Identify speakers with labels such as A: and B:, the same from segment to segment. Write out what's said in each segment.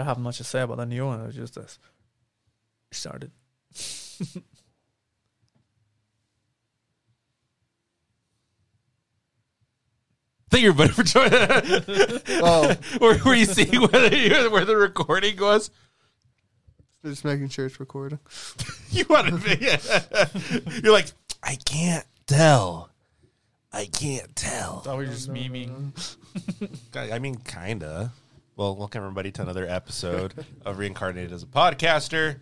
A: I have much to say about the new one. It was just this. Started.
B: Thank you, everybody, for joining.
C: Oh,
B: were, were you seeing whether you, where the recording was?
C: just making sure it's recording.
B: You want to be? You're like, I can't tell. I can't tell.
A: Thought we were just memeing.
B: I I mean, kinda. Well, welcome everybody to another episode of Reincarnated as a Podcaster.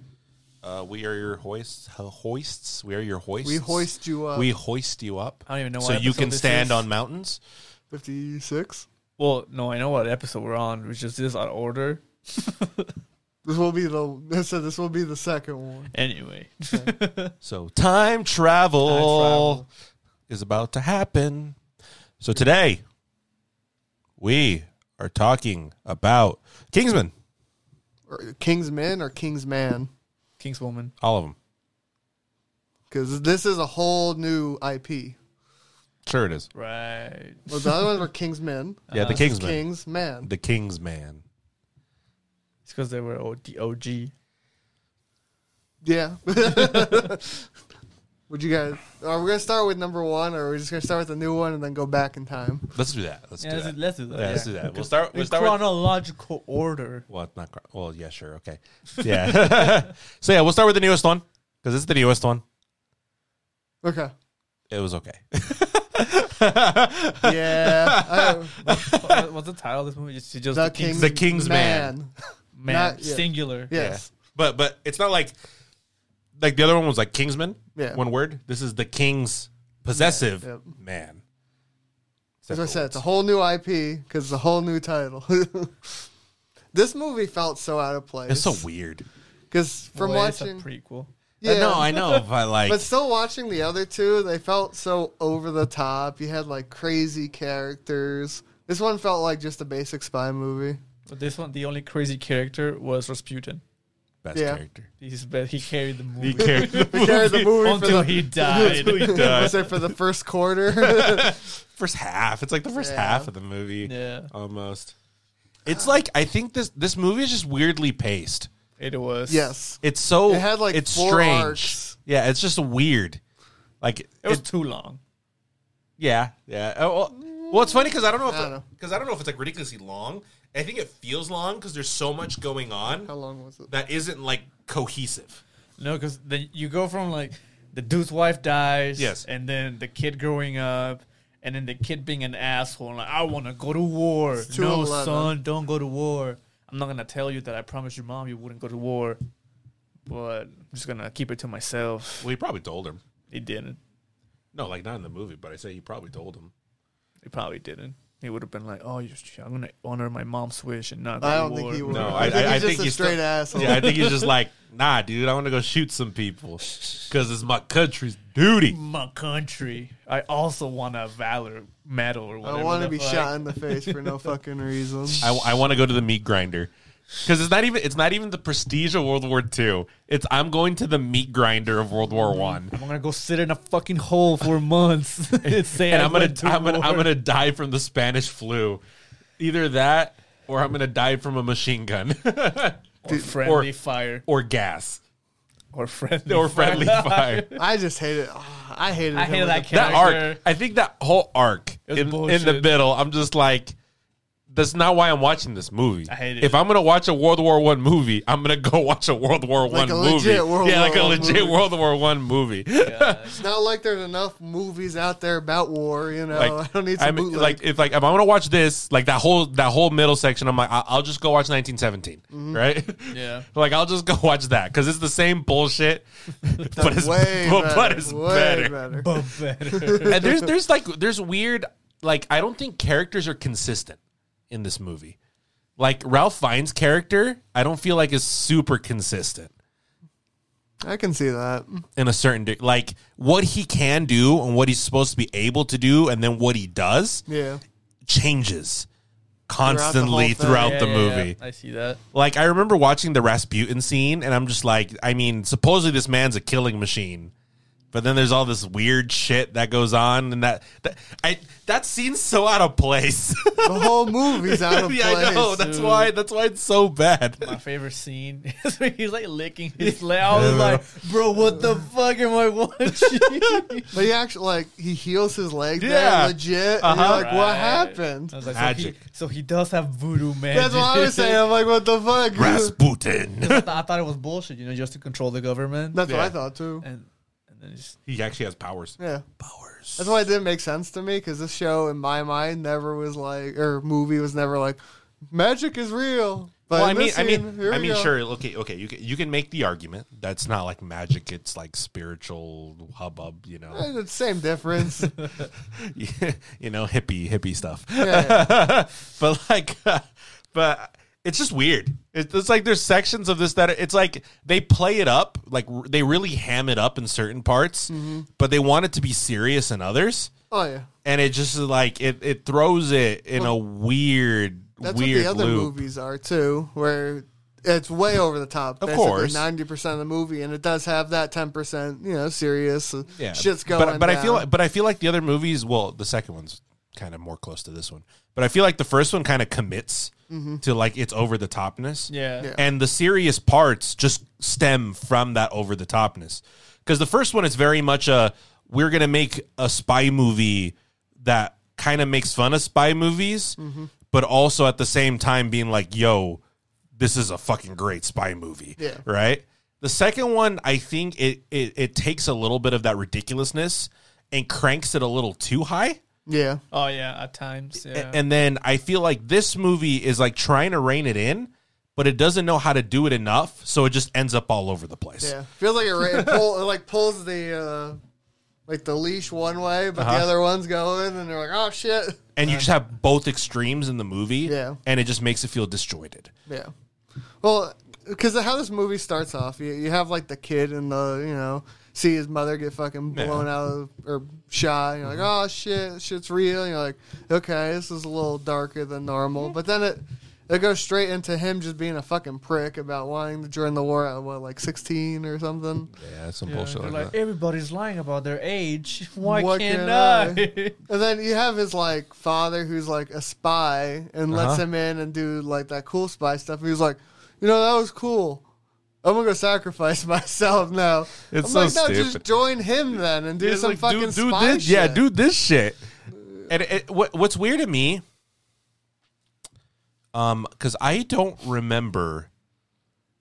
B: Uh, we are your hoists. ho- Hoists. We are your hoists.
C: We hoist you up.
B: We hoist you up.
A: I don't even know
B: So
A: what
B: you
A: episode
B: can
A: this
B: stand
A: is.
B: on mountains.
C: 56.
A: Well, no, I know what episode we're on. It was just this on order.
C: This will be the. They said this will be the second one.
A: Anyway,
B: So time travel,
A: travel.
B: is about to happen. So today we are talking about Kingsman,
C: Or King's Men or King's Man,
A: Kingswoman.
B: all of them.
C: because this is a whole new IP.
B: Sure it is.
A: Right.
C: Well, the other ones were King's Men,
B: Yeah, Uh, the Kingsman.
C: King's Man.
B: The Kingsman.
A: It's because they were O- the OG.
C: Yeah. Would you guys? Are we gonna start with number one, or are we just gonna start with the new one and then go back in time?
B: Let's do that. Let's do that.
A: let's do
B: Yeah, let's do that. We'll start. We'll
A: In
B: start with.
A: chronological order.
B: Well, it's not. chron- Well, yeah, sure, okay, yeah. so yeah, we'll start with the newest one because it's the newest one.
C: Okay.
B: It was okay.
C: Yeah. I-
A: What- What's the title of this movie? Just, just
C: the King's,
B: The King's Man.
A: Man.
C: not- yeah.
A: Singular.
C: Yes.
B: But but it's not like like the other one was like Kingsman.
C: Yeah.
B: One word. This is the King's possessive
C: Yeah, yep.
B: man.
C: As I said, it's a whole new IP because it's a whole new title. this movie felt so out of place.
B: It's so weird. Uh,
C: Because from
A: Well, it's a
C: watching,
A: prequel.
C: yeah,
B: No, I know, but like
C: but still watching the other two, they felt so over the top. You had like crazy characters. This one felt like just a basic spy movie.
A: But this one, the only crazy character was Rasputin.
B: best
C: yeah.
B: character.
A: He's be- he carried the movie.
C: He carried the movie for
A: until
C: the,
A: he died.
C: was it for the first quarter.
B: first half. It's like the first
C: Yeah.
B: half of the movie.
A: Yeah.
B: Almost. It's like I think this this movie is just weirdly paced.
A: it was.
C: yes,
B: It's so
C: It had, like,
B: it's
C: four
B: strange.
C: arcs.
B: Yeah, it's just weird. Like
A: It was
B: it-
A: too long.
B: Yeah, yeah. Oh, well, well, it's funny because I don't know
C: I don't know.
B: if because I, don't know if it's like ridiculously long. I think it feels long because there's so much going
C: how
B: on
C: long was it?
B: that isn't like cohesive.
A: No, because then you go from like the dude's wife dies,
B: Yes.
A: and then the kid growing up, and then the kid being an asshole, and like I want to go to war.
C: It's
A: No,
C: 2:11.
A: son, don't go to war. I'm not gonna tell you that. I promised your mom you wouldn't go to war, but I'm just gonna keep it to myself.
B: Well, he probably told him.
A: He didn't.
B: No, like not in the movie, but I say he probably told him.
A: He probably didn't. He would have been like, "Oh, you're, I'm gonna honor my mom's wish and not." Go
C: I
A: to
C: don't think
A: war.
C: he would.
B: No, I,
C: I
B: I,
C: think
B: I, think
C: he's just a
B: he's still-
C: straight asshole.
B: Yeah, I think he's just like, nah, dude, I want to go shoot some people because it's my country's duty.
A: My country. I also want a valor medal or whatever.
C: I want to
A: the
C: be
A: fuck.
C: shot in the face for no fucking reason.
B: I, I want to go to the meat grinder because it's not even it's not even the prestige of World War II. It's I'm going to the meat grinder of World War One.
A: I'm gonna go sit in a fucking hole for months and say
B: and
A: I
B: I'm gonna,
A: went to
B: I'm gonna,
A: war.
B: I'm gonna die from the Spanish flu. Either that, or I'm gonna die from a machine gun,
A: or friendly
B: or-
A: fire
B: or gas,
A: or friendly
B: or friendly fire.
C: I just hate it. Ah, I hated.
A: I
C: him
A: hated
C: with
A: that
C: a-
B: That arc,
A: Character.
B: I think that whole arc
A: was
B: in, in the
A: bullshit.
B: middle, I'm just like, that's not why I'm watching this movie.
A: I hate it.
B: If I'm gonna watch a World War One movie, I'm gonna go watch a World War One
C: a
B: movie.
C: legit World
B: yeah,
C: War
B: like a
C: I
B: legit
C: movie.
B: World War One movie.
C: It's not like there's enough movies out there about war, you know. Oh, I don't need some
B: I'm-
C: bootleg.
B: like if like if I'm gonna watch this, like that whole that whole middle section, I'm like I- I'll just go watch 1917,
C: Mm-hmm.
B: right?
A: Yeah.
B: like I'll just go watch that because it's the same bullshit, but it's
C: way
B: but,
C: better,
B: but it's
C: way
B: better.
C: better.
A: but better.
B: and there's there's like there's weird like I don't think characters are consistent in this movie. Like Ralph Fiennes' character, I don't feel like is super consistent
C: I can see that.
B: in a certain de- like what he can do and what he's supposed to be able to do, and then what he does
C: Yeah.
B: changes
C: the whole
B: constantly
C: thing.
B: throughout
A: Yeah,
B: the,
A: yeah,
B: movie.
A: yeah. I see that.
B: Like I remember watching the Rasputin scene and I'm just like, I mean, supposedly this man's a killing machine. But then there's all this weird shit that goes on, and that, that I that scene's so out of place.
C: The whole movie's out of place.
B: yeah, I know. That's
A: dude.
B: why. That's why it's so bad.
A: My favorite scene is when he's like licking his leg. I was like, bro, what the fuck am I watching?
C: But he actually like he heals his leg
B: Yeah.
C: there legit. And
B: Uh-huh.
C: you're like, what
A: Right.
C: happened?
A: I was like,
B: Magic.
A: So he, so he does have voodoo magic.
C: That's what I was saying. I'm like, what the fuck?
B: Rasputin.
A: I, thought, I thought it was bullshit, you know, just to control the government.
C: That's what
B: Yeah.
C: I thought too.
A: and and then just,
B: he actually has powers.
C: Yeah,
B: Powers.
C: that's why it didn't make sense to me because this show in my mind never was like, or movie was never like, magic is real. But
B: Well, I
C: in
B: mean,
C: this
B: I
C: scene,
B: mean,
C: here
B: I
C: we
B: mean,
C: go.
B: sure. Okay, okay. You can, you can make the argument that's not like magic. It's like spiritual hubbub. You know,
C: Eh, it's same difference.
B: you know, hippie hippie stuff.
C: Yeah.
B: but like, uh, but it's just weird. It's, it's like there's sections of this that it's like they play it up, like r- they really ham it up in certain parts,
C: Mm-hmm.
B: but they want it to be serious in others,
C: Oh yeah,
B: and it just is like it it throws it in a weird
C: that's
B: weird
C: what the other
B: loop.
C: movies are too, where it's way over the top.
B: Of course.
C: ninety percent of the movie, and it does have that ten percent, you know, serious uh,
B: yeah,
C: shit's going.
B: But, but I feel
C: down.
B: like, but I feel like the other movies. Well, the second one's kind of more close to this one, but I feel like the first one kind of commits to like its over the topness.
A: yeah.
C: Mm-hmm. Yeah.
B: and the serious parts just stem from that over the topness. Because the first one is very much a we're gonna make a spy movie that kind of makes fun of spy movies,
C: Mm-hmm.
B: but also at the same time being like, yo, this is a fucking great spy movie.
C: Yeah.
B: Right? The second one, I think it, it it takes a little bit of that ridiculousness and cranks it a little too high.
C: yeah,
A: Oh yeah, at times.
B: A-
A: Yeah.
B: and then I feel like this movie is like trying to rein it in, but it doesn't know how to do it enough, so it just ends up all over the place.
C: yeah. Feels like it, ra- it, pull, it like pulls the uh, like the leash one way, but
B: Uh-huh.
C: the other one's going, and they're like, oh shit.
B: And you just have both extremes in the movie,
C: Yeah.
B: and it just makes it feel disjointed.
C: Yeah. Well, because how this movie starts off, you, you have like the kid and the you know see his mother get fucking
B: Yeah.
C: blown out of, or shot. And you're like, oh shit, shit's real. And you're like, okay, this is a little darker than normal. But then it it goes straight into him just being a fucking prick about wanting to join the war at what like 16 or something.
B: Yeah, some
A: Yeah, they're like, everybody's lying about their age. Why,
C: Why
A: can't,
C: can't
A: I?
C: And then you have his like father who's like a spy and lets
B: Uh-huh.
C: him in and do like that cool spy stuff. And he's like, you know, that was cool. I'm gonna go sacrifice myself now.
B: It's
C: I'm
B: so
C: like, no, just
B: stupid.
C: join him then and do
B: It's
C: some
B: like,
C: fucking
B: dude, dude,
C: spy
B: this,
C: shit.
B: Yeah, do this shit. And it, it- what, what's weird to me, um, because I don't remember,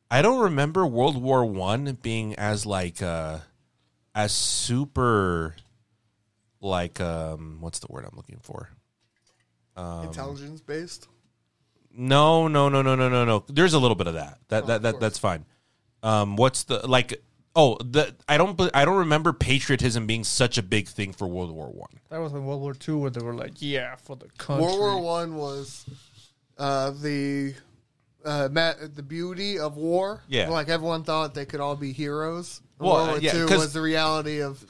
B: I don't remember World War One being as like uh, as super, like um, what's the word I'm looking for?
C: intelligence based.
B: No, no, no, no, no, no, no. There's a little bit of that.
C: Oh,
B: That that, that that's fine. Um, what's the like? Oh, the I don't bel- I don't remember patriotism being such a big thing for World War One.
A: That was in World War II where they were like, yeah, for the
B: Um,
A: country.
C: World War One was uh, the uh, ma- the beauty of war.
B: Yeah.
C: like everyone thought they could all be heroes.
B: Well,
C: World
B: uh,
C: War
B: yeah,
C: Two
B: 'cause-
C: was the reality of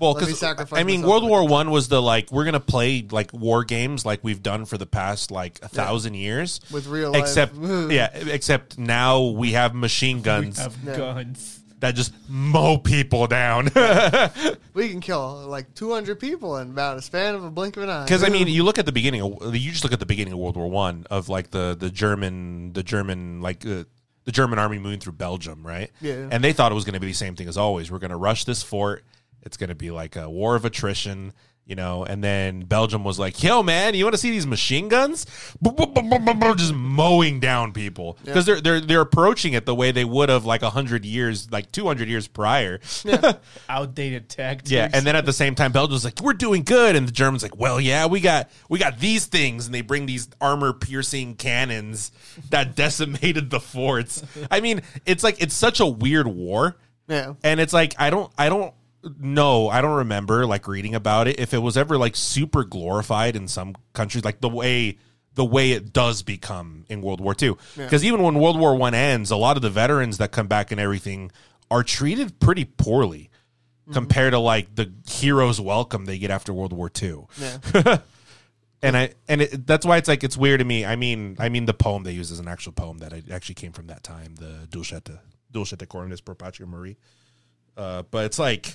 B: Well,
C: Let me
B: because
C: sacrifice
B: I mean,
C: myself
B: World
C: for
B: War One was the like we're gonna play like war games like we've done for the past like a thousand years
C: with real life.
B: Except yeah, except now we have machine guns
A: Have
C: Yeah.
A: guns.
B: that just mow people down.
C: we can kill like 200 people in about a span of a blink of an eye.
B: Because I mean, you look at the beginning. Of, you just look at the beginning of World War One of like the the German the German like uh, the German army moving through Belgium, right?
C: Yeah.
B: And they thought it was going to be the same thing as always. We're going to rush this fort. It's going to be like a war of attrition, you know. And then Belgium was like, "Yo, man, you want to see these machine guns? Boop, boop, boop, boop, boop, boop, Just mowing down people because they're they're they're approaching it the way they would have like hundred years, like two hundred years prior.
A: Outdated tactics.
B: Yeah, and then at the same time, Belgium's like, "We're doing good," and the Germans like, "Well, yeah, we got we got these things," and they bring these armor-piercing cannons that decimated the forts. I mean, it's like it's such a weird war,
C: yeah,
B: and it's like I don't I don't know I don't remember like reading about it if it was ever like super glorified in some countries, like the way the way it does become in World War II. Because even when World War One ends, a lot of the veterans that come back and everything are treated pretty poorly
C: Mm-hmm.
B: compared to like the hero's welcome they get after World War II.
C: yeah.
B: And I and it, that's why it's like it's weird to me. I mean, I mean the poem they use is an actual poem that I- actually came from that time, the Dulcetta Dulcetta Coronis pro Patria Marie. Uh, but it's like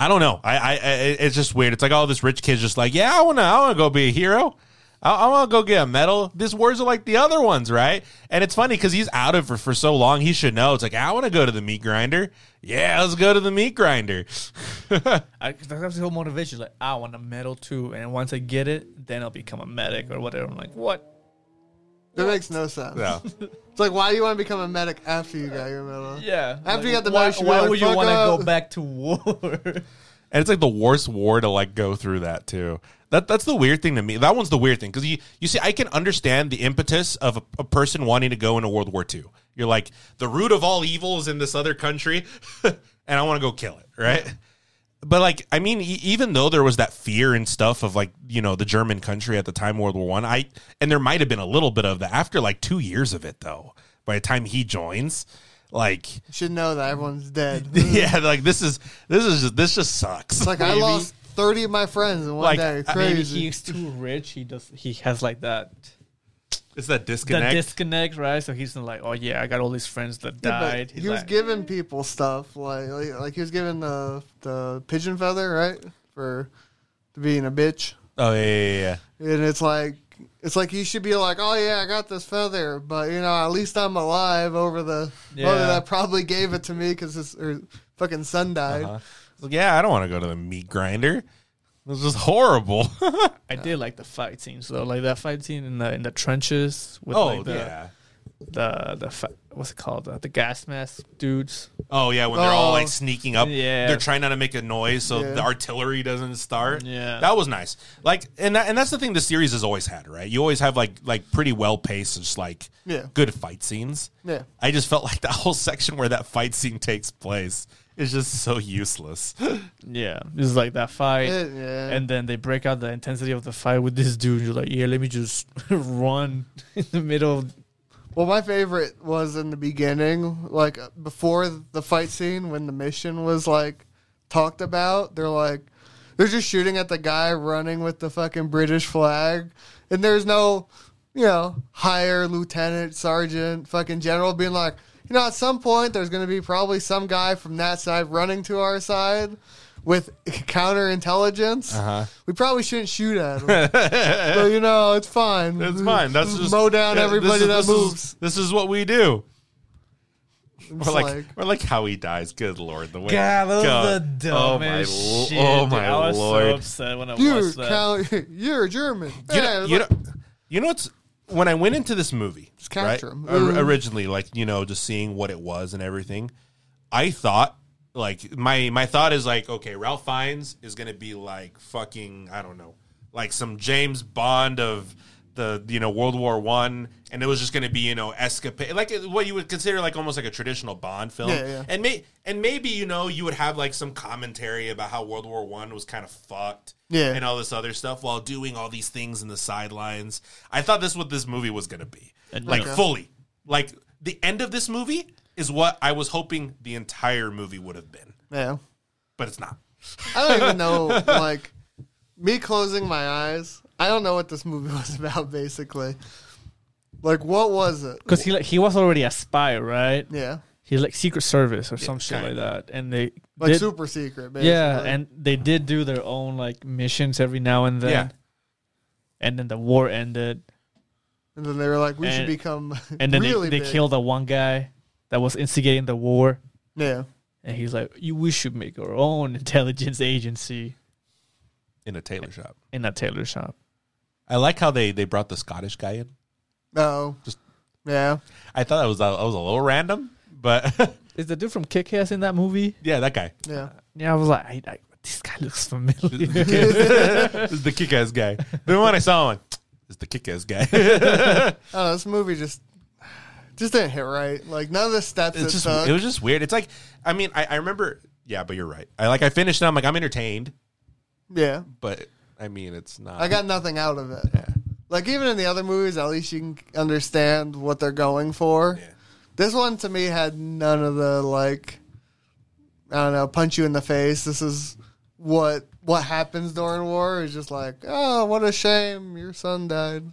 B: I don't know. I, I, I it's just weird. It's like, oh, this rich kid's just like, yeah, I wanna, I wanna go be a hero. I, I wanna go get a medal. These wars are like the other ones, right? And it's funny because he's out of it for so long. He should know. It's like, I wanna go to the meat grinder. Yeah, let's go to the meat grinder.
A: I, 'cause that's the whole motivation. Like, I want a medal too, and once I get it, then I'll become a medic or whatever. I'm like, what?
C: That makes no sense.
B: so,
C: It's like, why do you want to become a medic after you got your medal?
A: Yeah.
C: After you got the
A: why,
C: medal, you should be
A: why
C: like,
A: would you
C: "Fuck
A: want to
C: up."
A: go back to war?
B: and it's like the worst war to like go through that too. That that's the weird thing to me. That one's the weird thing because you you see, I can understand the impetus of a, a person wanting to go into World War II. You're like the root of all evil is in this other country, and I want to go kill it, right? But like, I mean, e- even though there was that fear and stuff of like you know the German country at the time World War One, I, and there might have been a little bit of that after like two years of it though. By the time he joins, like
C: You should know that everyone's dead. it's
B: yeah, like this is this is just, this just sucks.
C: Mm. like I
B: Maybe.
C: lost thirty of my friends in one
B: Like,
C: day.
B: I-
A: uh, Maybe
C: Crazy.
A: he's too rich. He does. He has like that
B: It's that
A: the
B: disconnect.
A: disconnect, right? So he's not like, oh yeah, I got all these friends that
C: Yeah, but
A: died. He's
C: he was
A: like,
C: giving people stuff like, like like he was giving the the pigeon feather right for being a bitch,
B: oh yeah, yeah, yeah, yeah.
C: and it's like it's like you should be like, oh yeah, I got this feather, but you know at least I'm alive over the mother
A: Yeah.
C: that probably gave it to me because his her fucking son died.
B: Uh-huh. It's like, yeah, I don't want to go to the meat grinder. This is horrible. oh
A: I did like the fight scenes though, like that fight scene in the in the trenches with like the
B: Oh, yeah.
A: the the fa- what's it called the, the gas mask dudes.
B: Oh yeah, when they're all
C: Oh.
B: like sneaking up,
A: Yeah.
B: they're trying not to make a noise so
C: Yeah.
B: the artillery doesn't start.
A: Yeah.
B: that was nice. Like, and that, and that's the thing the series has always had, right? You always have like like pretty well paced, just like
C: Yeah.
B: good fight scenes.
C: Yeah.
B: I just felt like that whole section where that fight scene takes place is just so useless.
A: Yeah, this is like that fight.
C: It- yeah.
A: And then they break out the intensity of the fight with this dude. You're like, yeah, let me just run in the middle. Of,
C: Well, my favorite was in the beginning, like uh, before the fight scene when the mission was like talked about. They're like, they're just shooting at the guy running with the fucking British flag, and there's no, you know, higher lieutenant, sergeant, fucking general being like, you know, at some point there's gonna be probably some guy from that side running to our side. With counterintelligence,
B: Uh-huh.
C: we probably shouldn't shoot at him. but you know, it's fine.
B: It's fine. That's just
C: mow down
B: yeah,
C: everybody
B: this is-
C: that
B: this is-
C: moves.
B: this is what we do.
C: It's
B: Or like,
C: like,
B: or like how he dies. Good lord, the way.
A: God, that was
B: Oh God.
A: the dumbest
B: oh my,
A: shit.
B: Oh
A: dude.
B: my
A: I was so
B: lord!
A: upset when I
C: you're
A: watched that.
C: Cal- you're German.
B: you,
C: Yeah,
B: know, you, know, you know what's when I went into this movie,
C: Just
B: right,
C: capture him.
B: or-
C: Mm.
B: originally, like you know, just seeing what it was and everything, I thought like my my thought is like, okay, Ralph Fiennes is gonna be like fucking I don't know, like some James Bond of the you know World War One, and it was just gonna be you know escapade like what you would consider like almost like a traditional Bond film,
C: Yeah, yeah.
B: and may and maybe you know you would have like some commentary about how World War One was kind of fucked,
C: Yeah.
B: and all this other stuff while doing all these things in the sidelines. I thought this what this movie was gonna be,
A: And
B: like
A: no.
B: fully, like the end of this movie is what I was hoping the entire movie would have been,
C: yeah.
B: but it's not.
C: I don't even know. Like me closing my eyes, I don't know what this movie was about. Basically, like what was it?
A: Because he like he was already a spy, right?
C: Yeah,
A: He's like Secret Service or some shit like
B: kinda.
A: that, and they
C: like
A: did-
C: super secret. Basically.
A: yeah, and they did do their own like missions every now and then.
B: Yeah.
A: And then the war ended,
C: And then they were like, we should
A: and-
C: become
A: and then
C: really
A: they, they
C: big.
A: killed the one guy that was instigating the war,
C: Yeah,
A: and he's like, "You, we should make our own intelligence agency
B: In a tailor shop,
A: in a tailor shop."
B: I like how they they brought the Scottish guy in.
C: no,
B: Just-
C: yeah.
B: I thought that was that was a little random, but
A: Is the dude from Kick Ass in that movie?
B: yeah, that guy,
C: Yeah,
A: Yeah, I was like, I, I, "This guy looks familiar."
B: this is the kick-ass guy. Then when I saw him, I'm like, it's the kick-ass guy.
C: I don't know, this movie just just didn't hit right. Like none of the steps it
B: it's just
C: took.
B: it was just weird. It's like I mean I, I remember yeah, but you're right. I like I finished and I'm like I'm entertained,
C: yeah,
B: but I mean it's not.
C: I got nothing out of it.
B: yeah.
C: Like even in the other movies, at least you can understand what they're going for.
B: Yeah.
C: This one to me had none of the like, I don't know, punch you in the face. This is what what happens during war. It's just like, oh, what a shame, your son died.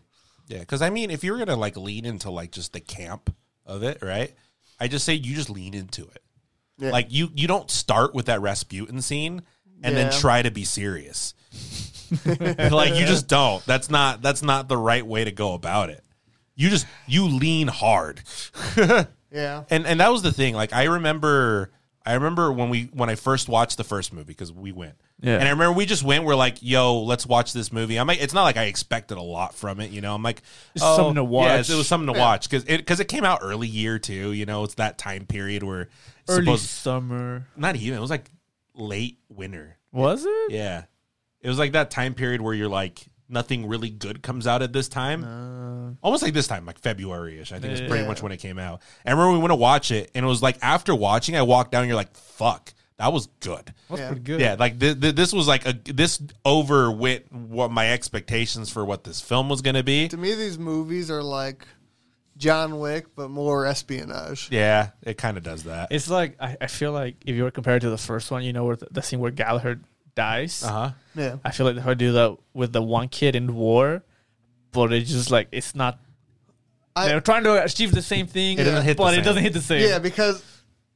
B: Yeah, because I mean, if you're gonna like lean into like just the camp of it, right? I just say you just lean into it.
C: Yeah.
B: Like you you don't start with that Rasputin scene and then
C: Yeah.
B: try to be serious. like you just don't. That's not that's not the right way to go about it. You just you lean hard.
C: Yeah.
B: and and that was the thing. Like I remember, I remember when we when I first watched the first movie because we went.
A: Yeah.
B: And I remember we just went. We're like, "Yo, let's watch this movie." I'm like, it's not like I expected a lot from it, you know. I'm like, oh,
A: It's something to watch.
B: yeah, it was something to watch because it because it came out early year too. You know, it's that time period where it's
A: Early
B: supposed
A: summer.
B: not even it was like late winter.
A: Was it?
B: Yeah, it was like that time period where you're like nothing really good comes out at this time
A: Uh,
B: almost like this time, like February ish. I think it's pretty
C: Yeah.
B: much when it came out. And I remember we went to watch it, and it was like after watching, I walked down. and You're like, "Fuck, that was good."
A: that's
C: Yeah.
A: pretty good.
B: Yeah, like th- th- this was like a this overwent what my expectations for what this film was gonna be.
C: To me, these movies are like John Wick, but more espionage.
B: Yeah, it kind of does that.
A: It's like I, I feel like if you were compared to the first one, you know, where the, the scene where Gallagher dies.
B: Uh huh.
C: Yeah.
A: I feel like they would do that with the one kid in war, but it's just like it's not.
C: I-
A: they're trying to achieve the same thing,
B: It doesn't hit the
A: but
B: same.
A: it doesn't hit the same.
C: Yeah, because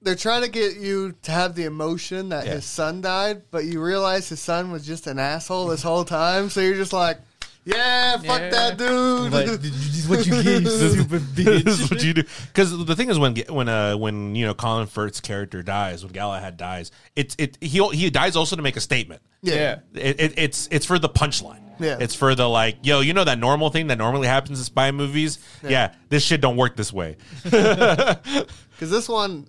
C: they're trying to get you to have the emotion that
B: Yeah.
C: his son died, but you realize his son was just an asshole this whole time. So you're just like, yeah, fuck
A: Yeah.
C: that dude.
A: Like, this is what you get, you stupid bitch.
B: this is what you do. Because the thing is, when when uh when you know Colin Firth's character dies, when Galahad dies, it's it he he dies also to make a statement.
C: yeah.
A: yeah.
B: it, it, it's it's for the punchline.
C: Yeah.
B: It's for the like, yo, you know that normal thing that normally happens in spy movies? Yeah, this shit don't work this way.
C: Because this one,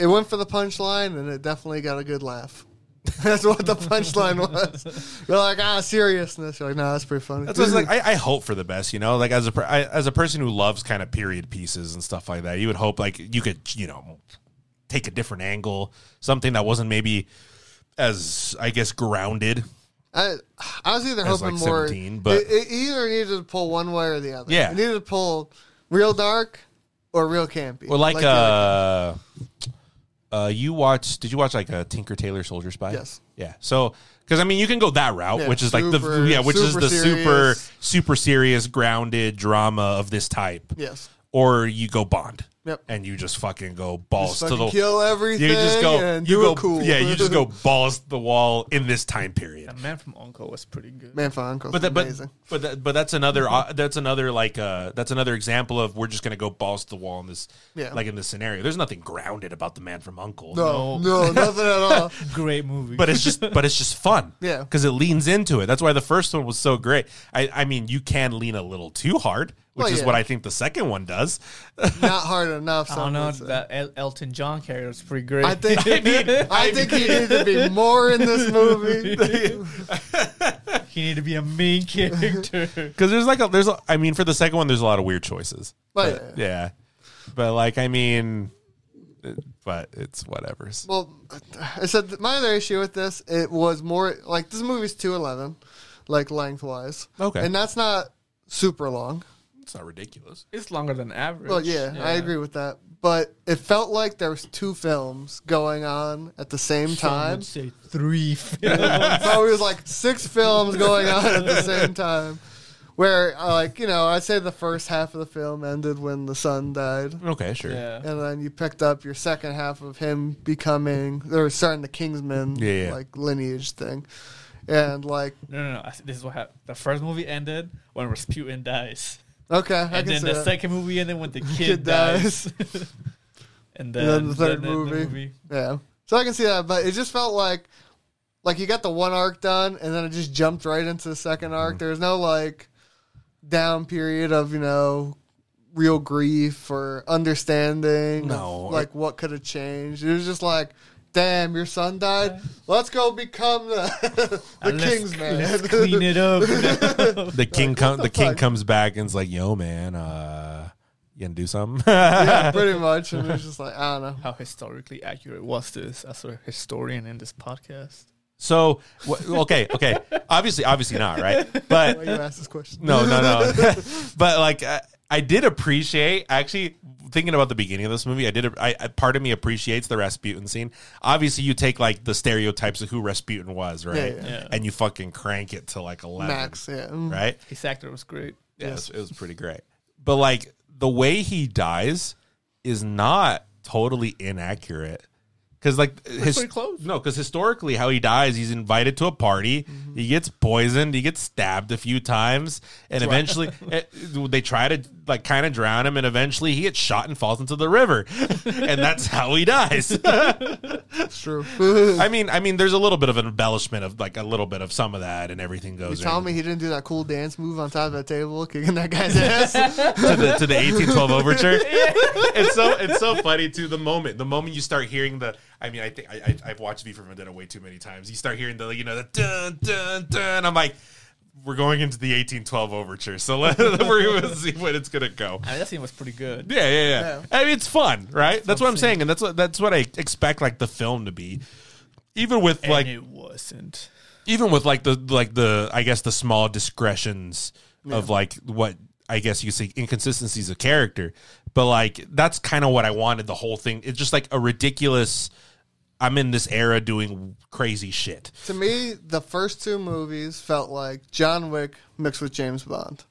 C: it went for the punchline and it definitely got a good laugh. that's what the punchline was. You're like, ah, seriousness. You're like, no, that's pretty funny.
B: That's what I was like. I, I hope for the best, you know. Like as a per- I, as a person who loves kind of period pieces and stuff like that, you would hope like you could you know take a different angle, something that wasn't maybe as I guess grounded.
C: I, I was either
B: As,
C: hoping
B: like,
C: more.
B: 17, but-
C: it, it either needed to pull one way or the other.
B: Yeah.
C: it needed to pull real dark or real campy.
B: Or like,
C: the other-
B: uh, uh, you watched? Did you watch like a Tinker Tailor Soldier Spy?
C: Yes.
B: Yeah. So, because I mean, you can go that route,
C: Yeah,
B: which is like
C: super-
B: the yeah, which is
C: super
B: the super
C: serious.
B: super serious grounded drama of this type.
C: yes,
B: Or you go Bond.
C: Yep.
B: And you just fucking go balls
C: fucking
B: to oh, the
C: kill everything.
B: You just go.
C: and
B: you
C: do
B: go.
C: it cool.
B: Yeah. You just go balls to the wall in this time period.
A: The man from Uncle was pretty good.
C: Man for Uncle's
B: But that, but
C: amazing.
B: but that, but that's another uh, that's another like uh that's another example of we're just gonna go balls to the wall in this
C: Yeah.
B: like in this scenario. There's nothing grounded about the man from Uncle.
C: no, no, nothing at all.
A: Great movie.
B: but it's just but it's just fun.
C: Yeah.
B: because it leans into it. That's why the first one was so great. I I mean, you can lean a little too hard, which
C: Well,
B: is
C: yeah.
B: what I think the second one does.
C: Not hard enough.
A: I don't
C: some
A: know
C: would say.
A: that El- Elton John character was pretty great.
C: I think I, think he needed to be more in this movie.
A: he needed to be a main character.
B: Because there's like a there's a, I mean, for the second one, there's a lot of weird choices.
C: But-
B: yeah, but like I mean, it- but it's whatever.
C: Well, I said my other issue with this it was more like this movie's two eleven, like lengthwise.
B: Okay.
C: and that's not super long.
B: It's not ridiculous.
A: it's longer than average.
C: Well, yeah, I agree with that. But it felt like there was two films going on at the same
A: Some
C: time.
A: would say three films.
C: so it was like six films going on at the same time. Where uh, like you know, I'd say the first half of the film ended when the son died.
B: Okay, sure.
A: yeah.
C: and then you picked up your second half of him becoming or starting the Kingsman
B: Yeah, yeah.
C: like lineage thing, and like
A: No, no, no. I- This is what happened. The first movie ended when Rasputin dies,
C: okay, I
A: and
C: can
A: then
C: see
A: the
C: that.
A: second movie ended when the kid,
C: Kid dies.
A: dies, and, then,
C: and then the third
A: then
C: movie. yeah, so I can see that, but it just felt like like you got the one arc done, and then it just jumped right into the second
B: Mm-hmm.
C: arc. There was no like down period of you know real grief or understanding. of,
B: No.
C: like what could have changed. It was just like. Damn, your son died. Let's go become the, the
A: And let's-
C: Kingsman.
A: Let's clean it up.
B: The king com- the,
C: the
B: king
C: fuck?
B: comes back and's like, "Yo, man, uh, you gonna do something?"
C: yeah, pretty much. And it's just like, I don't know.
A: How historically accurate was this as a historian in this podcast?
B: So wh- okay, okay. obviously, obviously not right. But
C: Why you asked this question?
B: no, no, no. but like, I, I did appreciate actually thinking about the beginning of this movie. I did. I, I part of me appreciates the Rasputin scene. Obviously, you take like the stereotypes of who Rasputin was, right?
C: Yeah,
A: yeah. Yeah.
B: And you fucking crank it to like eleven,
C: Max, yeah. Mm.
B: right?
A: His actor was great.
B: Yeah, it was- it was pretty great. But like the way he dies is not totally inaccurate Because like his
A: pretty close.
B: no, because historically how he dies, he's invited to a party,
A: Mm-hmm.
B: he gets poisoned, he gets stabbed a few times, and eventually eh, they try to like kind of drown him, and eventually he gets shot and falls into the river, and that's how he dies.
C: It's true.
B: I mean, I mean, there's a little bit of an embellishment of like a little bit of some of that, and everything
C: you
B: goes.
C: telling
B: in.
C: me he didn't do that cool dance move on top of that table, kicking that guy's ass?
B: to the to the eighteen twelve overture. It's so it's so funny too. The moment the moment you start hearing the, I mean, I think I, I I've watched V for Vendetta way too many times. You start hearing the you know the dun dun dun. I'm like, we're going into the eighteen twelve overture, so let, we're gonna see what it's gonna go.
A: I mean, that scene was pretty good.
B: Yeah, yeah, yeah. I mean, it's fun, right? That's what I'm saying, and that's what that's what I expect like the film to be. Even with like
A: and it wasn't.
B: even with like the like the I guess the small discretions of like what I guess you could say inconsistencies of character, but like that's kind of what I wanted the whole thing. It's just like a ridiculous. I'm in this era doing crazy shit.
C: to me, the first two movies felt like John Wick mixed with James Bond.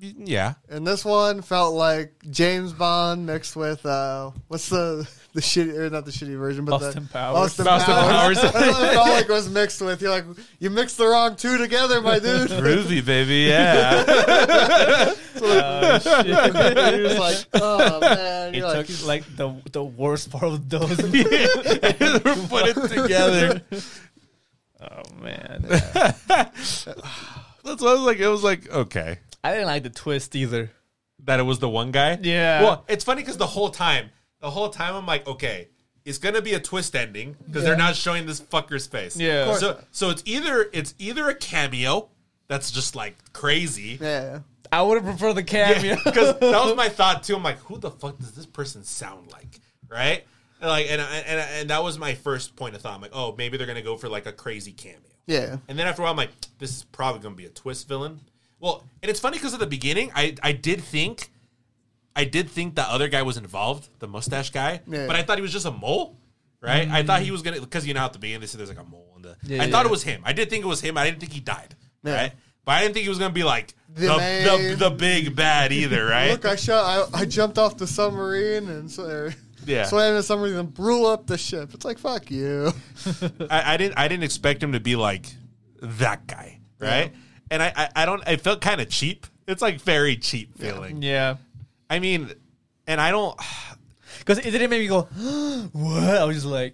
B: Yeah,
C: And this one felt like James Bond mixed with uh, what's the the shitty or not the shitty version, but
A: Austin
C: the
A: Powers.
C: Austin,
B: Austin
C: Powers.
B: Powers.
C: That's what it felt like was mixed with. You're like you mixed the wrong two together, my dude.
B: groovy baby. Yeah,
A: Oh, shit.
C: It was like, oh man,
A: It
C: you're like,
A: took like the the worst part of those.
B: put it together.
A: oh man,
B: That's what I was like. It was like okay.
A: I didn't like the twist either.
B: that it was the one guy.
A: Yeah.
B: Well, it's funny because the whole time, the whole time, I'm like, okay, it's gonna be a twist ending because they're not showing this fucker's face.
A: Yeah. Of course.
B: So so it's either it's either a cameo that's just like crazy.
C: yeah.
A: I would have preferred the cameo.
B: Because that was my thought too. I'm like, who the fuck does this person sound like? Right? And like, and I- and I- and that was my first point of thought. I'm like, oh, maybe they're gonna go for like a crazy cameo.
C: Yeah.
B: And then after a while, I'm like, this is probably going to be a twist villain. Well, and it's funny because at the beginning, I, I did think, I did think the other guy was involved, the mustache guy,
C: Yeah.
B: but I thought he was just a mole, right? I thought he was gonna because you know how at the beginning they said there's like a mole in the.
A: Yeah,
B: I thought
A: yeah.
B: it was him. I did think it was him. I didn't think he died,
C: Yeah.
B: right? But I didn't think he was gonna be like the
C: The
B: the,
C: main-
B: the big bad either, right?
C: Look, I shot. I, I jumped off the submarine and so, or
B: Yeah.
C: swam in the submarine and blew up the ship. It's like fuck you.
B: I, I didn't I didn't expect him to be like that guy, right? And I, I I don't. It felt kind of cheap. It's like very cheap feeling.
A: yeah,
B: I mean, and I don't.
A: because it didn't make me go. what? I was just like,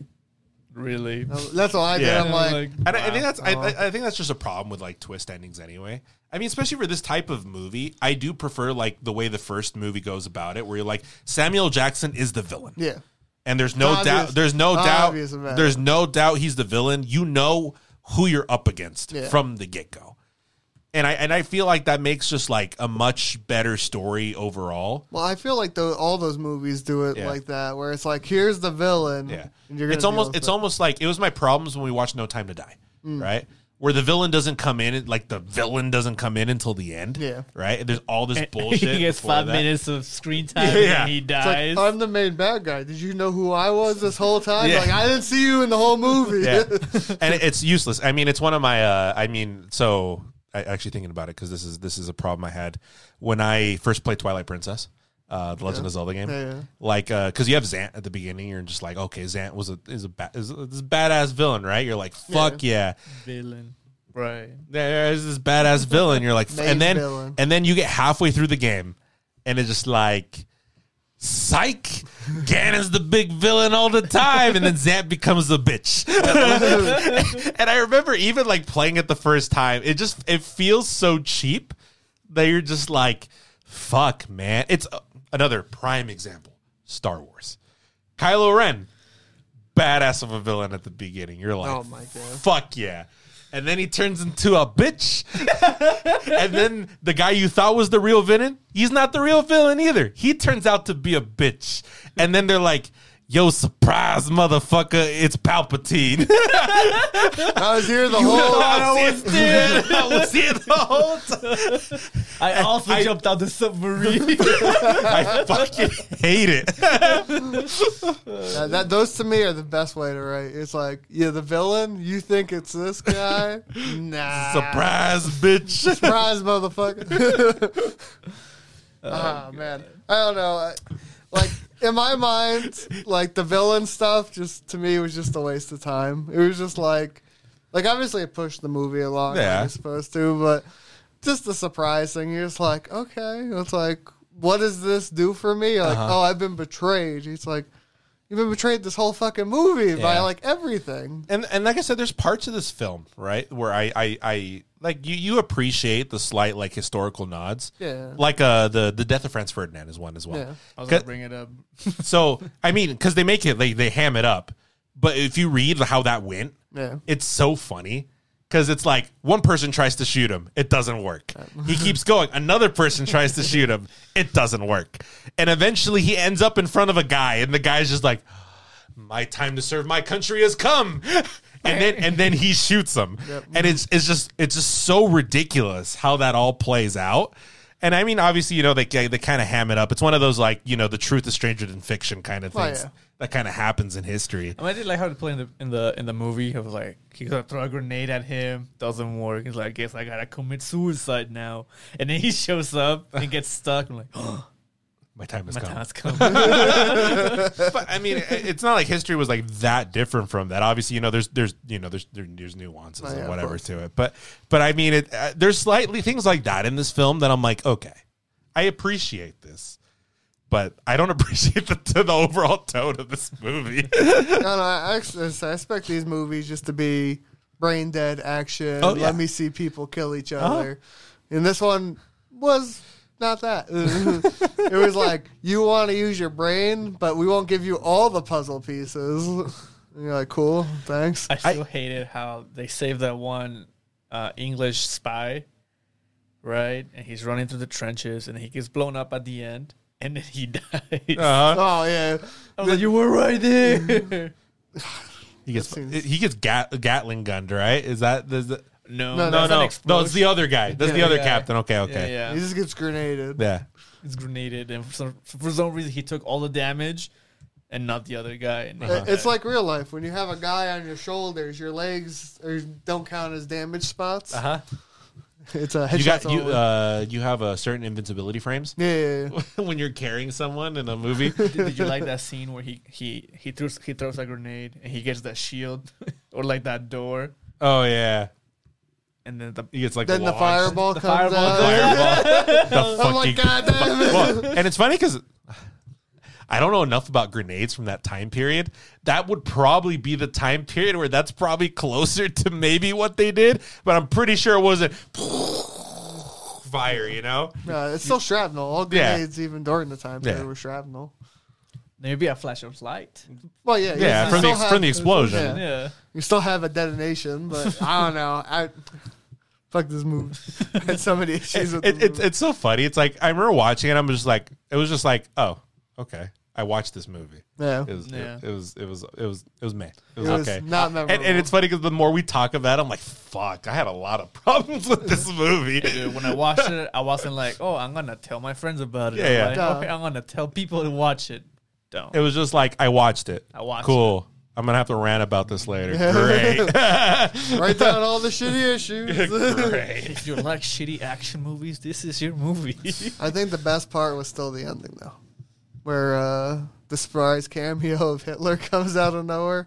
A: really?
C: That's all I did.
B: Yeah.
C: I'm like,
B: I, don't- I think that's. I, I- I think that's just a problem with like twist endings anyway. I mean, especially for this type of movie, I do prefer like the way the first movie goes about it, where you're like Samuel Jackson is the villain,
C: yeah,
B: and there's no
C: Obvious.
B: doubt. There's no
C: Obvious
B: doubt.
C: about it.
B: There's no doubt he's the villain. You know who you're up against
C: Yeah.
B: from the get go. And I and I feel like that makes just like a much better story overall.
C: Well, I feel like though all those movies do it
B: Yeah.
C: like that, where it's like here's the villain.
B: Yeah,
C: and you're gonna
B: it's
C: deal
B: almost
C: with
B: it's
C: it.
B: almost like it was my problems when we watched No Time to Die,
C: Mm.
B: right? Where the villain doesn't come in, like the villain doesn't come in until the end.
C: Yeah.
B: right. There's all this bullshit.
A: he gets
B: before
A: five
B: that.
A: minutes of screen time
B: Yeah.
A: and he
C: It's like,
A: dies.
C: I'm the main bad guy. Did you know who I was this whole time?
B: Yeah.
C: Like I didn't see you in the whole movie.
B: Yeah, and it- it's useless. I mean, it's one of my. Uh, I mean, so I actually thinking about it because this is this is a problem I had when I first played Twilight Princess. Uh, the Legend of Zelda game,
C: Yeah, yeah.
B: like, because you have Zant at the beginning, you're just like, okay, Zant was a is a, ba- is a, is a badass villain, right? You're like, fuck yeah,
A: Villain, right?
B: there's this badass villain. You're like,
C: Maze
B: and then
C: villain.
B: and then you get halfway through the game, and it's just like, psych, Ganon's the big villain all the time, and then Zant becomes the bitch. and I remember even like playing it the first time, it just it feels so cheap that you're just like, fuck, man. It's uh, another prime example: Star Wars, Kylo Ren. Badass of a villain at the beginning. You're like,
C: Oh my god.
B: fuck yeah. And then he turns into a bitch. and then the guy you thought was the real villain, he's not the real villain either. He turns out to be a bitch. And then they're like, yo, surprise, motherfucker, it's Palpatine.
C: I was here the whole.
B: I was it. I was here the whole time.
A: I also
B: I-
A: jumped out the submarine.
B: I fucking hate it.
C: Uh, that those to me are the best way to write. It's like yeah, the villain. You think it's this guy? nah.
B: Surprise, bitch.
C: Surprise, Ah,
B: Oh,
C: motherfucker. Ah man, I don't know. I, like in my mind, like the villain stuff, just to me was just a waste of time. It was just like, like obviously it pushed the movie along, like
B: Yeah.
C: it's supposed to, but just the surprise thing. You're just like, okay, it's like, what does this do for me? You're like,
B: Uh-huh.
C: oh, I've been betrayed. He's like, you've been betrayed this whole fucking movie by
B: Yeah.
C: like everything.
B: and and like I said, there's parts of this film right where I I, I like you you appreciate the slight like historical nods.
C: Yeah.
B: Like uh the the death of Franz Ferdinand is one as well.
C: Yeah.
A: I was
B: Ca-
A: gonna bring it up.
B: so I mean, because they make it they they ham it up, but if you read how that went,
C: Yeah.
B: it's so funny. Because it's like one person tries to shoot him, it doesn't work.
C: Uh,
B: He keeps going. Another person tries to shoot him, it doesn't work. And eventually he ends up in front of a guy, and the guy's just like, my time to serve my country has come. And then and then he shoots him. And it's it's just it's just so ridiculous how that all plays out. And I mean, obviously, you know, they they kind of ham it up. It's one of those like, you know, the truth is stranger than fiction kind of
C: Oh,
B: things
C: yeah.
B: that kind of happens in history.
A: I mean, I did like how they play in the in the in the movie. It was like he's gonna throw a grenade at him, doesn't work. He's like, I guess I gotta commit suicide now. And then he shows up and gets stuck. I'm like, oh,
B: My time has
A: my
B: come.
A: time's coming.
B: but I mean, it- it's not like history was like that different from that. Obviously, you know, there's there's you know there's there- there's nuances
C: yeah,
B: and
C: of
B: whatever
C: course.
B: to it. But but I mean, it uh, there's slightly things like that in this film that I'm like, okay, I appreciate this, but I don't appreciate the the overall tone of this movie.
C: no, no, I, I ex- I expect these movies just to be brain dead action.
B: Oh, yeah. Uh-huh.
C: Let me see people kill each other. And this one was not that. it was like you want to use your brain, but we won't give you all the puzzle pieces. And you're like, cool, thanks.
A: I still hated how they saved that one uh, English spy, right? And he's running through the trenches, and he gets blown up at the end, and then he dies.
B: Uh-huh.
C: oh yeah,
A: I was like, you were right there.
B: He gets
C: That seems-
B: he gets gat, Gatling gunned, right? Is that is the,
A: no,
C: No,
B: no
A: that's an
B: no no? It's
A: explosion.
B: the other guy. That's the
A: Yeah.
B: other
A: Yeah.
B: captain. Okay okay
A: Yeah,
C: he
A: yeah.
C: just gets grenaded.
B: yeah.
A: It's grenaded, and for some, for some reason, he took all the damage, and not the other guy. And
B: Uh-huh.
C: It- Uh-huh. It's like real life. When you have a guy on your shoulders, your legs are, don't count as damage spots.
B: Uh
A: "Uh-huh."
B: huh.
C: It's a headshot.
B: You got you uh you have a certain invincibility frames.
C: yeah, yeah, yeah.
B: when you're carrying someone in a movie.
A: Did, did you like that scene where he he he throws he throws a grenade and he gets that shield or like that door
B: oh yeah,
A: and then the
B: he gets like
C: Then the
B: launched.
C: fireball
A: The
C: comes
A: fireball
C: out.
B: Fireball. the
C: I'm like,
B: fucking.
C: God damn it.
B: Well, and it's funny because I don't know enough about grenades from that time period. That would probably be the time period where that's probably closer to maybe what they did, but I'm pretty sure it wasn't fire. You know?
C: No, it's still shrapnel. All
B: Yeah.
C: grenades, even during the time period,
B: Yeah.
C: were shrapnel.
A: maybe a flash of light.
C: Well, yeah,
B: Yeah,
C: you
B: from the
C: still
B: ex- from the explosion.
A: Yeah.
C: yeah. you still have a detonation, but I don't know. I fuck this movie. I had so many issues with
B: It,
C: the
B: it,
C: movie.
B: it's so funny. It's like I remember watching it. I'm just like, it was just like, oh, okay. I watched this movie.
C: yeah,
B: It was,
A: Yeah.
B: it, it was, it was, it was, it was meh. It was,
C: It was
B: okay.
C: not
B: and, and
C: memorable.
B: it's funny because the more we talk about it, I'm like, fuck, I had a lot of problems with this movie.
A: Dude, when I watched it, I wasn't like, oh, I'm gonna tell my friends about it.
B: Yeah,
A: I'm
B: yeah.
A: like,
C: Duh.
A: okay, I'm gonna tell people to watch it. Don't.
B: It was just like, I watched it.
A: I watched
B: Cool. I'm going to have to rant about this later. Great.
C: write down all the shitty issues.
B: Great.
A: if you like shitty action movies, this is your movie.
C: I think the best part was still the ending, though, where uh, the surprise cameo of Hitler comes out of nowhere.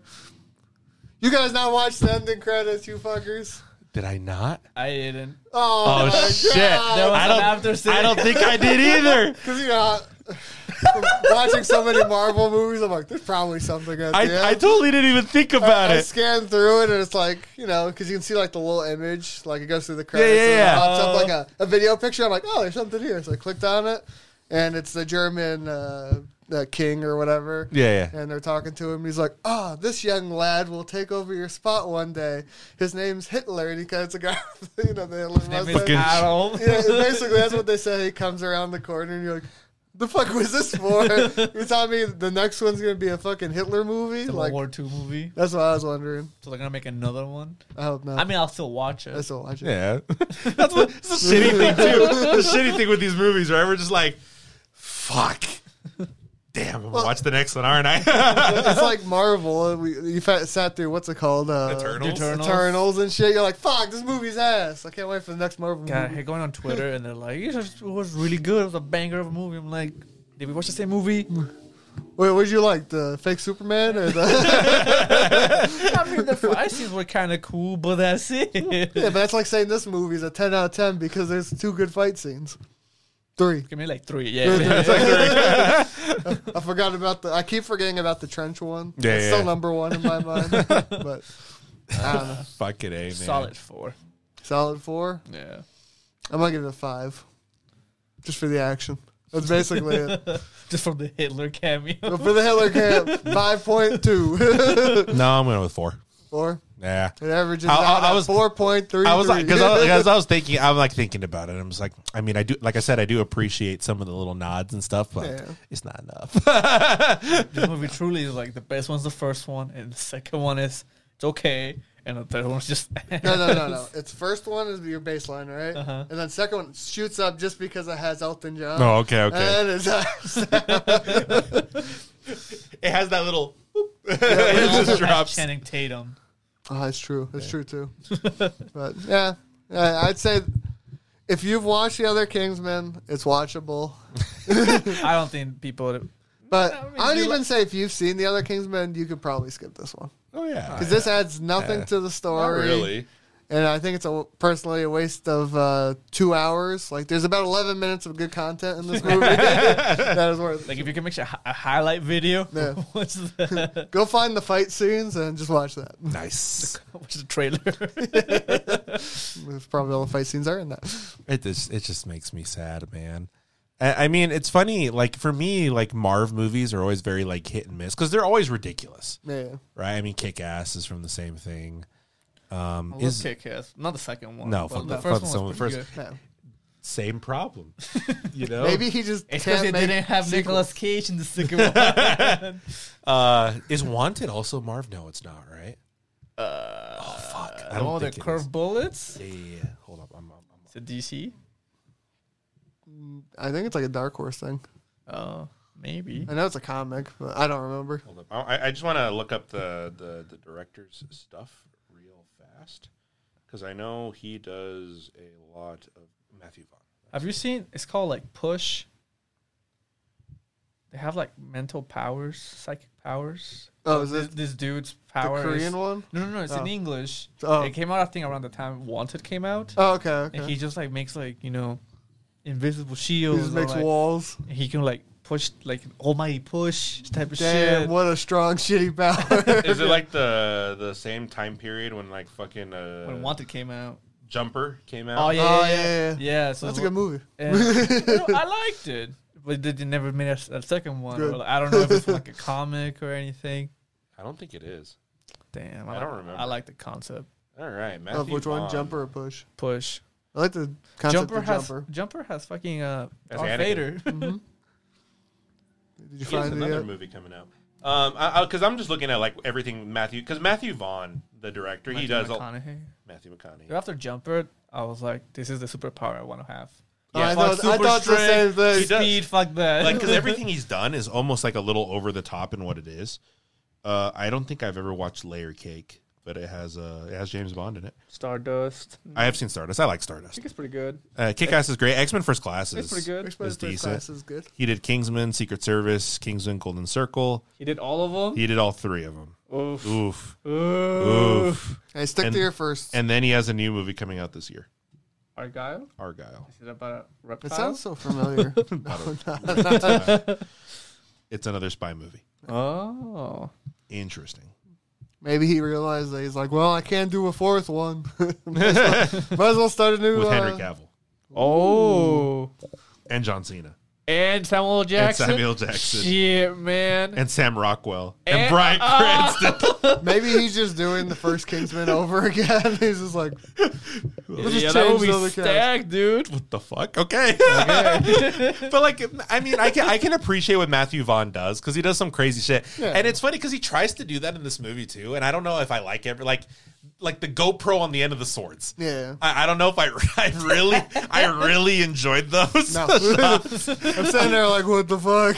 C: You guys not watch the ending credits, you fuckers?
B: Did I not?
A: I didn't.
C: Oh,
B: Oh,
C: my
B: shit.
C: God.
A: There was
B: I don't,
A: an after scene.
B: I don't think I did either.
C: Because you know, from watching so many Marvel movies, I'm like, there's probably something at the
B: I, I
C: end.
B: totally didn't even think about
C: I
B: it.
C: scan through it and it's like, you know, because you can see like the little image, like it goes through the credits.
B: yeah,
C: and it
B: yeah.
C: pops up
A: Oh.
C: like a, a video picture. I'm like, oh, there's something here. So I clicked on it, and it's the German uh, uh, king or whatever.
B: Yeah, yeah.
C: And they're talking to him. He's like, "Ah, this young lad will take over your spot one day. His name's Hitler, and he cuts a guy, with, you know, the Hitler
A: Name is
C: mustache.
B: Fucking-
A: Harold.
C: Yeah, basically that's what they say. He comes around the corner and you're like, the fuck was this for? you telling me the next one's gonna be a fucking Hitler movie?
A: Civil
C: Like
A: War Two movie.
C: that's what I was wondering.
A: So they're gonna make another one.
C: I hope not.
A: I mean, I'll still watch
C: I
A: it.
C: still watch it.
B: Yeah. That's what, it's the shitty thing, too. The shitty thing with these movies, right? We're just like, fuck. Damn, I'm going to watch the next one, aren't I?
C: It's like Marvel. Uh, We, you fa- sat through what's it called? Uh,
B: Eternals?
A: Eternals.
C: Eternals and shit. You're like, fuck, this movie's ass. I can't wait for the next Marvel
A: God, I
C: movie.
A: hate going on Twitter and they're like, it was- it was really good. It was a banger of a movie. I'm like, did we watch the same movie?
C: Wait, what'd you like? The fake Superman or the?
A: I mean, the fight scenes were kind of cool, but that's it.
C: yeah, but that's like saying this movie's a ten out of ten because there's two good fight scenes. Three.
A: Give me like three.
C: It's
A: Yeah.
C: like three. I forgot about the. I keep forgetting about the trench one.
B: Yeah,
C: it's
B: yeah,
C: still
B: yeah.
C: number one in my mind. but I don't know.
B: Fuck it, a man.
A: Solid four.
C: Solid four.
A: Yeah.
C: I'm gonna give it a five, just for the action. That's basically it.
A: Just from the Hitler cameo.
C: But for the Hitler camp, five point two.
B: No, I'm going with four.
C: Four.
B: Yeah.
C: It averages
B: I- I-
C: out
B: I
C: at
B: was-
C: four point three.
B: I was like, because I, 'cause I was thinking, I'm like thinking about it. I'm just like, I mean, I do, like I said, I do appreciate some of the little nods and stuff, but
C: Yeah.
B: it's not enough.
A: this movie truly is like the best one's the first one, and the second one is it's okay, and the third one's just
C: no, no, no, no. It's first one is your baseline, right?
A: Uh-huh.
C: And then second one shoots up just because it has Elton John.
B: oh, okay, okay.
C: And it's,
B: It has that little.
A: It
B: it
A: also
B: just
A: has
B: drops.
A: Channing Tatum.
C: oh, it's true. It's true too. but yeah, I, I'd say if you've watched the other Kingsmen, it's watchable.
A: I don't think people.
C: But
A: I mean,
C: I would
A: you
C: even
A: like-
C: say if you've seen the other Kingsmen, you could probably skip this one
B: Oh yeah.
C: because this adds nothing
B: Yeah.
C: to the story.
B: really?
C: and I think it's a personally a waste of uh, two hours. Like, there's about 11 minutes of good content in this movie. that is worth.
A: Like if you can make a, hi- a highlight video,
C: Yeah.
A: what's the
C: Go find the fight scenes and just watch that.
B: Nice.
A: what's the trailer?
C: There's probably all the fight scenes are in that.
B: It just it just makes me sad, man. I I mean, it's funny. Like for me, like Marv movies are always very like hit and miss because they're always ridiculous,
C: Yeah.
B: right? I mean, Kick Ass is from the same thing. Um,
A: Let's
B: is
A: kick ass. Not the second one.
B: No,
A: but
B: fuck
A: the
B: the-
A: first
B: fuck
A: one. Was
B: the
A: pretty
B: second-
A: good.
C: No.
B: same problem, you know.
C: Maybe he just
A: It's because
C: can't
A: they
C: make
A: didn't have
C: sequels.
A: Nicolas Cage in the second one.
B: uh, is Wanted also Marv? No, it's not, right?
A: uh,
B: Oh fuck! I
A: oh,
B: don't
A: the
B: think it is.
A: curved bullets.
B: Yeah, yeah, yeah. Hold up, I'm, I'm, I'm
A: It's a DC.
C: I think it's like a Dark Horse thing.
A: Oh, maybe.
C: I know it's a comic, but I don't remember.
D: Hold up. I, I just want to look up the, the, the director's stuff real fast because I know he does a lot of Matthew Vaughn.
A: Have you seen? It's called like Push. They have like mental powers, psychic powers.
C: Oh, is
A: This,
C: this
A: this dude's
C: the
A: powers.
C: Korean one?
A: No, no, no. It's
C: Oh.
A: in English.
C: Oh.
A: It came out, I think, around the time Wanted came out.
C: Oh, okay. okay.
A: And
C: He
A: he just like makes like you know, invisible
C: just,
A: shields. or,
C: makes
A: like,
C: walls.
A: He can like push like an almighty push type of
C: Damn,
A: shit.
C: what a strong, shitty power.
D: Is it like the the same time period when like fucking uh,
A: When Wanted came out.
D: Jumper came out?
A: Oh yeah,
C: Oh,
A: yeah, yeah.
C: yeah, yeah, yeah.
A: so
C: That's a good movie.
A: and- you know, I liked it, but they they never made a, s- a second one.
C: Good.
A: Or, like, I don't know if it's like a comic or anything.
D: I don't think it is.
A: Damn,
D: I
A: like-
D: don't remember.
A: I like the concept.
D: All right, Matthew
C: Of which one?
D: Vaughn.
C: Jumper or push?
A: Push.
C: I like the concept
A: jumper
C: of
A: has
C: jumper.
A: jumper has fucking uh
D: That's
A: Darth
D: Anakin.
A: Vader.
C: Mhm. Did
D: He
C: you
D: has
C: find the
D: another
C: uh,
D: movie coming out. Um, I, I, cause I'm just looking at like everything Matthew, cause Matthew Vaughn, the director, he
A: Matthew
D: does a,
A: McConaughey.
D: Matthew McConaughey.
A: After jumper, I was like, this is the superpower I want to have.
C: Oh,
D: Yeah,
C: I,
A: fuck
C: thought, I
A: super
C: thought the same
A: strength.
C: thing.
D: He does.
A: Speed, fuck that.
D: like because everything he's done is almost like a little over the top in what it is. Uh, I don't think I've ever watched Layer Cake, but it has uh, it has James Bond in it.
A: Stardust. I
B: I have seen Stardust. I like Stardust.
A: think it's pretty good.
B: Uh, Kick Ass is great. X Men First Class is
A: It's pretty good.
C: Which part
B: It's
C: of first
B: decent.
C: class is good.
B: He did Kingsman, Secret Service, Kingsman, Golden Circle.
A: He did all of them.
B: He did all three of them.
A: Oof.
B: Oof,
A: Oof.
B: oof.
C: Hey, stick
B: And-
C: to your first.
B: And then he has a new movie coming out this year,
A: Argyle.
B: Argyle.
A: Is it about a reptile?
C: it sounds so familiar.
B: It's another spy movie.
A: Oh.
B: Interesting.
C: Maybe he realized that he's like, well, I can't do a fourth one. might, as well, might as well start a new.
B: with
C: uh,
B: Henry Cavill
A: Oh.
B: and John Cena
A: And Samuel Jackson.
B: and Samuel Jackson
A: Shit, man.
B: and Sam Rockwell and,
A: And-
B: Brian
C: uh,
B: Cranston.
C: Maybe he's just doing the first Kingsman over again. he's just like,
A: yeah, that
C: just change
A: would be
C: the other cast.
A: stacked, dude.
B: what the fuck? Okay. but like, I mean, I can I can appreciate what Matthew Vaughn does because he does some crazy shit,
C: Yeah.
B: and it's funny because he tries to do that in this movie too, and I don't know if I like every like like the GoPro on the end of the swords.
C: yeah.
B: I, I don't know if I, I really I really enjoyed those.
C: No. I'm sitting there like, what the fuck?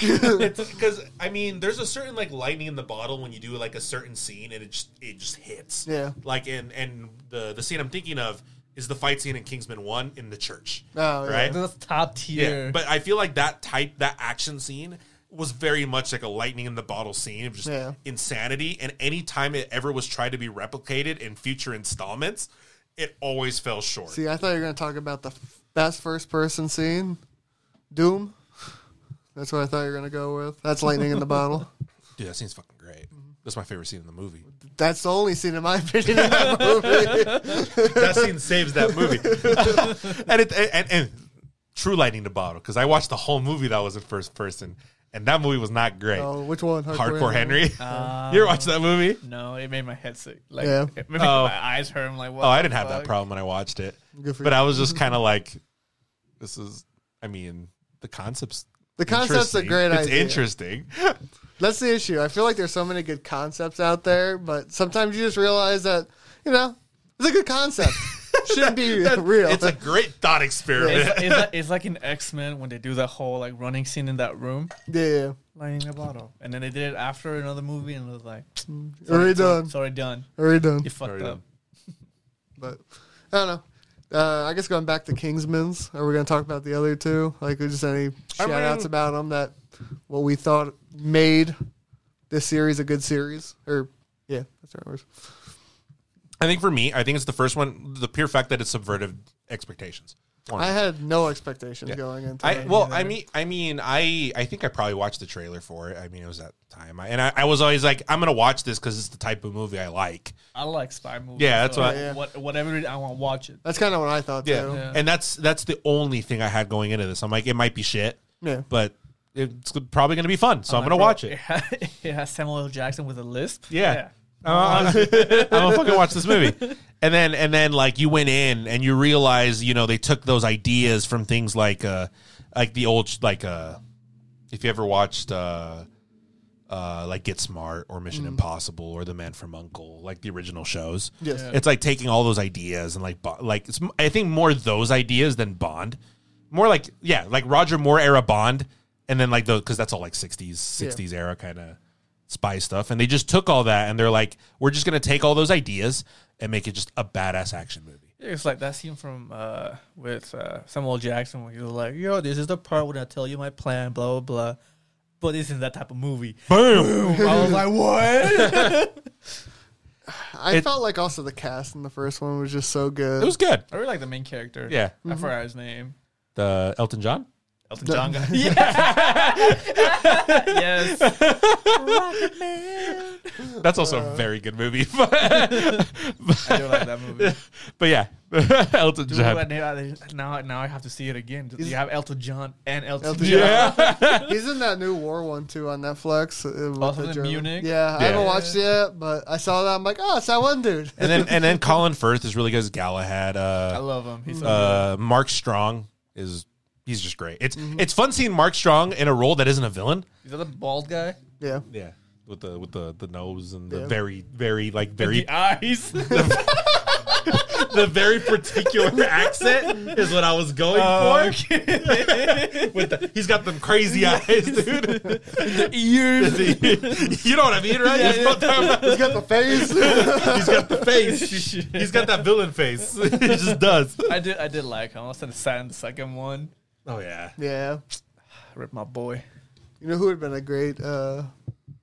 B: because I mean, there's a certain like lightning in the bottle when you do like a certain scene, and it just it just hits.
C: Yeah.
B: Like in and the the scene I'm thinking of is the fight scene in Kingsman One in the church.
C: Oh, yeah.
B: right.
A: That's top
B: Yeah.
A: tier.
B: But I feel like that type that action scene was very much like a lightning in the bottle scene of just
C: Yeah.
B: insanity. And any time it ever was tried to be replicated in future installments, it always fell short.
C: See, I thought you were going to talk about the f- best first person scene Doom. That's what I thought you were going to go with. That's lightning in the bottle.
B: Dude, that scene's fucking great.
C: Mm-hmm.
B: That's my favorite scene in the movie.
C: That's the only scene, in my opinion, in that movie.
B: that scene saves that movie. and it and, and True Lightning the Bottle because I watched the whole movie that was in first person, and that movie was not great.
C: Oh, which one?
B: Hardcore Henry, you ever watched that movie?
A: No, it made my head sick. Like,
C: Yeah.
A: it made
B: Oh.
A: my eyes hurt. I'm like, what
B: Oh, I
A: the
B: didn't have that
A: fuck?
B: problem when I watched it,
C: Good for
B: but
C: you.
B: I was just kind of like, this is. I mean, the concepts.
C: The concept's a
B: interesting.
C: great
B: It's
C: idea.
B: interesting.
C: That's the issue. I feel like there's so many good concepts out there, but sometimes you just realize that, you know, it's a good concept. Shouldn't be real.
B: It's a great thought
A: It's,
B: experiment.
A: it's, like, it's like in X Men when they do that whole like running scene in that room,
C: yeah, yeah.
A: lighting the bottle, and then they did it after another movie, and it was like,
C: Already done.
A: Sorry, done.
C: Already done.
A: You fucked
B: Already
A: up.
B: done.
C: But I don't know. Uh, I guess going back to Kingsman's, are we going to talk about the other two? Like, just any shout outs
B: mean-
C: about them that what we thought made this series a good series? Or, yeah, that's the right word.
B: I think for me, I think it's the first one. The pure fact that it subverted expectations. One.
C: I had no expectations going into
B: I
C: it.
B: well, I mean, I mean, I I think I probably watched the trailer for it. I mean, it was that time, I, and I, I was always like, I'm gonna watch this because it's the type of movie I like.
A: I like spy movies.
B: Yeah, that's
A: so
B: what I-
C: Yeah.
A: what whatever it- I want, watch it.
C: That's kind of what I thought,
B: Yeah.
C: too.
A: Yeah.
B: and that's that's the only thing I had going into this. I'm like, it might be shit,
C: Yeah.
B: but it's probably gonna be fun, so I'm, gonna watch it.
A: it. It has Samuel L. Jackson with a lisp.
B: Yeah. Uh, I'm gonna fucking watch this movie. And then and then like you went in and you realize, you know, they took those ideas from things like uh like the old like uh if you ever watched uh uh, like Get Smart or Mission Impossible or The Man from Uncle, like the original shows.
C: Yes.
A: Yeah.
B: It's like taking all those ideas and like bo- like it's, m- I think more those ideas than Bond, more like yeah, like Roger Moore era Bond, and then like those because that's all like sixties sixties era kind of spy stuff, and they just took all that and they're like, we're just gonna take all those ideas and make it just a badass action movie.
A: It's like that scene from uh, with uh, Samuel L. Jackson where he was like, "Yo, this is the part when I tell you my plan, blah blah blah." But this isn't that type of movie.
B: Boom!
A: I was like, "What?"
C: I
B: It-
C: felt like also the cast in the first one was just so good.
B: It was good.
A: I really like the main character.
B: Yeah,
A: I forgot his name.
B: the Elton John.
A: Elton John. guy. yeah. yes.
B: That's also
A: Uh.
B: a very good movie.
A: I do like that movie.
B: But yeah, Elton
A: Dude,
B: John.
A: what- now, now I have to see it again.
C: Is-
A: You have Elton John and Elton,
C: Elton
A: John.
C: John.
B: Yeah.
C: He's in that new war one too on Netflix. uh, with
A: Also
C: the
A: in
C: German-
A: Munich?
C: Yeah, I haven't
B: Yeah.
C: watched it yet, but I saw that. I'm like, oh, it's that one dude.
B: and then and then Colin Firth is really good as Galahad.
A: I
B: Uh,
A: love him. Mm-hmm. He's so
B: uh, Mark Strong is he's just great. It's it's fun seeing Mark Strong in a role that isn't a villain.
A: good. Is that the bald guy?
C: yeah,
B: Yeah, with the with the the nose and the
C: Yeah.
B: very very like very
A: The eyes.
B: the very particular accent is what I was going
A: Oh,
B: for. with the, he's got them crazy eyes, dude.
A: the ears.
B: you know what I mean, right? That's what I'm talking about.
C: he's got the face.
B: He's got the face. He's got that villain face. he just does.
A: I did. I did like him. I was sad in the second one.
B: Oh yeah.
C: yeah,
A: Rip my boy.
C: you know who would have been a great, uh,